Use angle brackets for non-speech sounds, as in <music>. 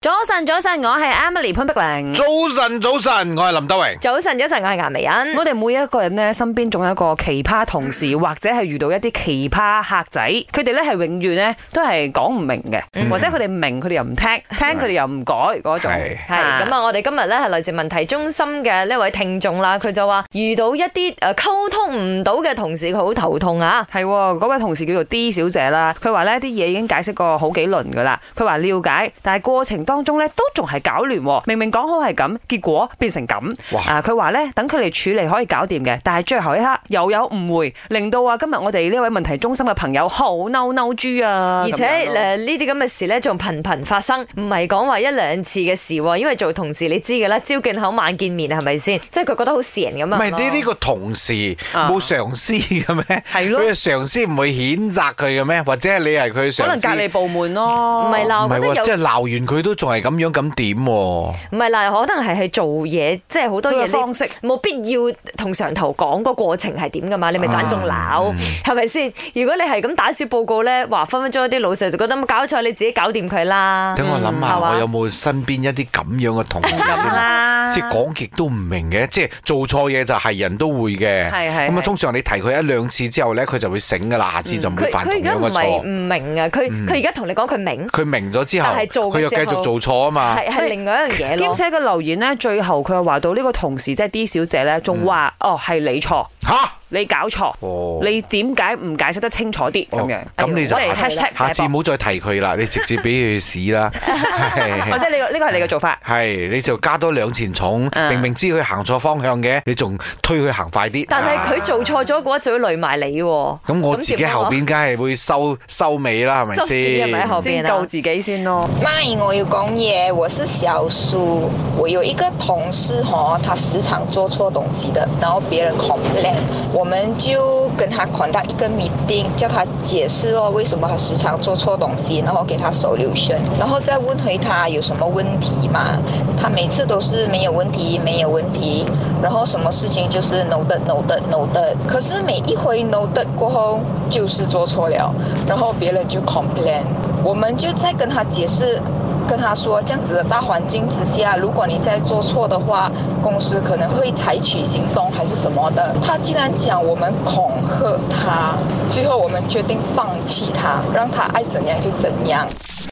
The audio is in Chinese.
早晨，早晨，我系 Emily 潘碧嗯玲。早晨，早晨，我系林德荣。早晨，早晨，我系颜美欣。我哋每一個人呢，身邊總有一個奇葩同事，或者係遇到一啲奇葩客仔，佢哋呢係永遠呢都係講唔明嘅，或者佢哋明佢哋又唔聽，聽佢哋又唔改嗰種。係系咁啊！我哋今日咧係來自問題中心嘅呢位聽眾啦，佢就話遇到一啲诶沟通唔到嘅同事，佢好頭痛啊！係喎，嗰位同事叫做 D 小姐啦，佢話呢啲嘢已經解釋過好幾輪噶啦，佢話了解，但係過程當中呢都仲係搞亂喎，明明講好係咁，結果變成咁。哇啊，佢話呢，等佢哋處理可以搞掂嘅，但係最後一刻又有誤會，令到啊今日我哋呢位問題中心嘅朋友好嬲嬲豬啊！而且咁樣咯诶呢啲咁嘅事咧，仲頻頻發生，唔係講話一兩次嘅事喎。因為做同事你知嘅啦，朝見口晚見面係咪先？即係佢覺得好蝕咁唔啊！系呢呢个同事啊冇上司嘅咩？係咯佢嘅上司唔会谴责佢嘅咩？或者係你系佢可上能司？隔離部門咯，唔係啦哦唔係我覺喎，得有即系鬧完佢都仲係咁樣，咁點喎？唔係啦，可能係係做嘢，即係好多佢嘢嘅你方式冇必要同上頭講個過程係點噶嘛，你咪啊盞中鬧嗯係咪先？如果你係咁打小報告咧，話分分鐘一啲老細就覺得咁搞錯，你自己搞掂佢啦。等我諗下，啊嗯係嘛我有冇身邊一啲咁樣嘅同事先咁啊？啦，即係講極都唔明嘅，即係做錯嘢就係人都會嘅。係係咁啊，係通常你提佢一兩次之後咧，佢就會醒噶啦，下次就唔嗯佢會犯佢同而家樣唔嘅係唔錯。嗯明啊，佢佢而家同你講佢明，佢明咗之後，但係做嘅佢又繼時續候做錯啊嘛。係係另外一樣嘢兼咯。且個留言咧，最後佢又話到呢個同事即係 D 小姐咧，仲話哦係你錯，吓，你搞錯，嗯哦你點解唔解釋得清楚啲咁樣哦？咁你就即係下 hashtag 下次寫唔博好再提佢啦，你直接俾佢屎 <laughs> 啦。係或者你個哦呢個係你嘅做法。係，你就加多兩錢重，嗯明明知佢行錯方向嘅，你仲推佢行快啲。但啊係佢做錯咗嘅話，就會累埋你喎。咁我自己點啊後邊梗係會收收尾啦，係咪收尾係咪先後？先救自己先咯，麦，我有讲嘢，我是小苏。我有一个同事哦，他时常做错东西的，然后别人 complain，我们就跟他 conduct 一个 meeting，叫他解释哦，为什么他时常做错东西，然后给他 solution，然后再问回他有什么问题嘛。他每次都是没有问题，没有问题，然后什么事情就是 no 的 no 的 no 的，可是每一回 no 的过后就是做错了，然后别人就 complain，我们就在跟他解释。跟他说，这样子的大环境之下，如果你再做错的话，公司可能会采取行动还是什么的。他竟然讲我们恐吓他，最后我们决定放弃他，让他爱怎样就怎样。